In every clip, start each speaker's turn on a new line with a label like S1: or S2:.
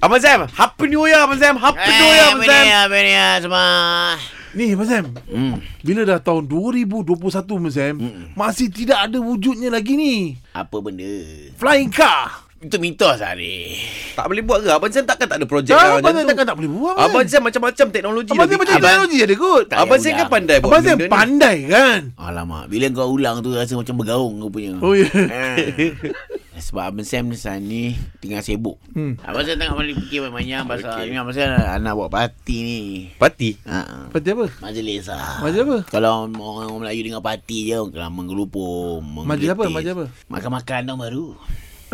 S1: Abang Sam, Happy New Year Abang Sam. Happy New
S2: Eh,
S1: Year Abang Sam.
S2: Apa ni, semua?
S3: Ni Abang Sam
S2: Hmm.
S3: Bila dah tahun 2021 Abang Sam
S2: Mm.
S3: Masih tidak ada wujudnya lagi ni
S2: Apa benda?
S3: Flying car
S2: Itu mitos lah ni.
S1: Tak boleh buat ke? Abang Sam takkan tak ada projek
S3: Dah
S1: lah
S3: Abang
S1: macam
S3: Sam
S1: tu.
S3: takkan tak boleh buat
S1: Abang Sam macam-macam teknologi.
S3: Abang
S1: dah
S3: Sam macam
S1: bikin.
S3: teknologi ada kot
S2: Tak
S1: Abang
S2: payah
S1: Sam kan
S2: ulang.
S1: pandai buat
S3: Abang Sam
S1: benda ni.
S3: pandai kan
S2: Alamak, bila kau ulang tu rasa macam bergaung kau punya.
S3: Oh ya
S2: Ah. Sebab Abang Sam ni sekarang ni tengah sibuk. Hmm. Abang Sam tengah balik fikir banyak-banyak pasal okay. ni Abang Sam nak, nak buat parti ni.
S1: Parti.
S2: Ha.
S3: Seperti apa?
S2: Majlis lah.
S3: Majlis apa?
S2: Kalau orang, orang Melayu dengar parti je, orang kelam menggelupur,
S3: Majlis apa? Majlis apa?
S2: Makan-makan tau baru.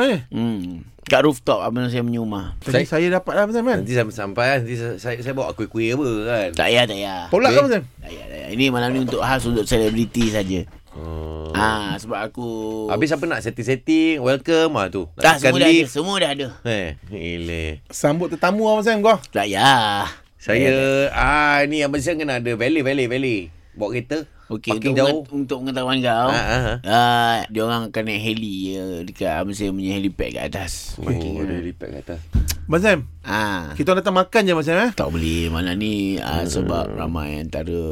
S3: Eh
S2: Hmm. Kat rooftop Abang Sam punya rumah.
S3: Tadi saya, saya dapat lah Abang Sam kan
S1: Nanti sampai sampai kan, nanti saya, saya, saya bawa kuih-kuih apa kan.
S2: Tak payah, tak payah.
S3: Tolak
S1: Okey.
S3: kan Abang Sam?
S2: Tak payah, tak payah. Ini malam ni untuk khas untuk selebriti saja.
S1: Oh.
S2: Ah, sebab aku
S1: Habis siapa nak setting-setting, welcome ah tu. Nak
S2: dah
S1: tekan
S2: semua dah ada,
S1: lift.
S2: semua dah ada. Lah,
S1: Eh, eleh.
S3: Sambut tetamu Abang Sam kau
S2: Tak payah.
S1: Saya ah ni abang Sam kena ada valet valet valet. Bawa kereta.
S2: Okey,
S1: Makin
S2: untuk,
S1: jauh.
S2: jauh. untuk pengetahuan kau,
S1: Ha, ha, ha.
S2: ah, dia orang akan naik heli uh, dekat Abang Sam punya helipad kat atas. ya.
S1: Oh, ada lipat kat atas.
S3: Abang Sam
S2: Ah.
S3: Kita orang datang makan je Abang Sam eh
S2: Tak boleh malam ni uh, sebab ramai antara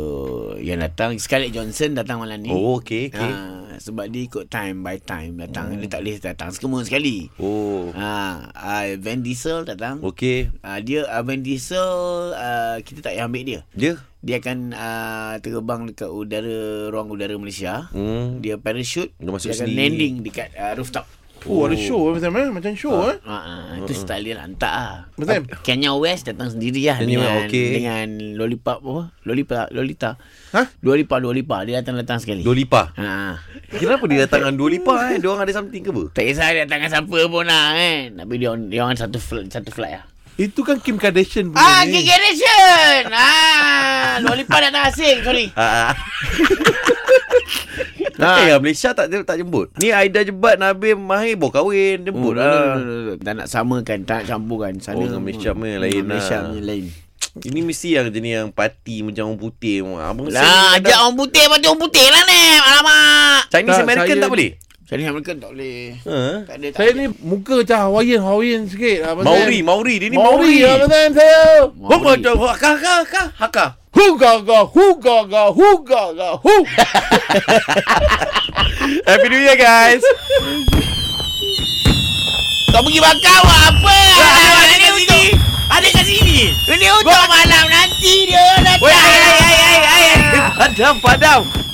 S2: yang datang. Scarlett Johnson datang malam ni.
S1: Oh, okey, okey.
S2: Ah, sebab dia ikut time by time datang. Dia tak boleh datang semua sekali.
S1: Oh.
S2: Ah, ah, Van Diesel datang.
S1: Okey.
S2: Uh, dia uh, Van Diesel uh, kita tak payah ambil dia.
S1: Dia.
S2: Dia akan uh, terbang dekat udara ruang udara Malaysia.
S1: Hmm.
S2: Dia parachute,
S1: Dia masuk
S2: dia akan
S1: sendiri.
S2: landing dekat uh, rooftop.
S3: Oh, ada show Abang Sam eh Macam show eh
S2: Ha ah, ah,
S1: Hmm.
S2: itu style dia lah, hantar ah.
S3: Betul.
S2: Kenya West datang sendiri lah
S1: Kanye
S2: dengan
S1: West, okey.
S2: dengan lollipop apa? Lollipop Lolita.
S3: Hah?
S2: Lollipop Lollipop dia datang datang sekali.
S1: Dua lipa.
S2: Ha. ah.
S1: Kenapa dia datang dengan dua lipa eh? Dia orang ada something ke apa?
S2: Tak kisah dia datang dengan siapa pun lah kan. Tapi dia orang- dia orang satu flight satu flight lah.
S3: Itu kan Kim Kardashian punya
S2: Ah,
S3: ni.
S2: Generation. Ah, Lollipop datang asing. Sorry.
S1: Ha.
S2: Ah.
S1: Ha. Eh, Malaysia tak tak jemput. Ni Aida jebat Nabil Mahir bawa kahwin jemput
S2: Oh, no, no,
S1: lah.
S2: no, no, no. Tak nak samakan, tak nak campurkan.
S1: Oh,
S2: Sana
S1: dengan Malaysia punya lain
S2: Dengan Malaysia
S1: lah.
S2: punya lain.
S1: Ini mesti yang jenis yang parti macam orang putih. Abang
S2: Lah, ajak orang putih, pasti orang putih lah ni. Alamak.
S1: Chinese
S3: Tak,
S1: American
S3: saya-
S1: tak boleh.
S2: Jadi American tak boleh.
S1: Ha.
S2: Tak ada, tak
S3: Saya
S2: ada.
S3: ni muka macam Hawaiian Hawaiian sikit Abang
S1: Maori,
S3: Sam.
S1: Maori. Dia ni
S3: Maori
S1: Maori. kan?
S3: lah, Abang Sam saya
S2: Maori.
S1: Kau macam haka haka haka haka.
S3: Huga ga huga ga huga ga hu
S1: Happy New Year guys.
S2: Kau pergi bakar buat apa? Lah, Ada kat sini. Ada kat sini. Ini untuk malam nanti dia datang.
S1: Woi, ai ai ai ai ai. Padam padam.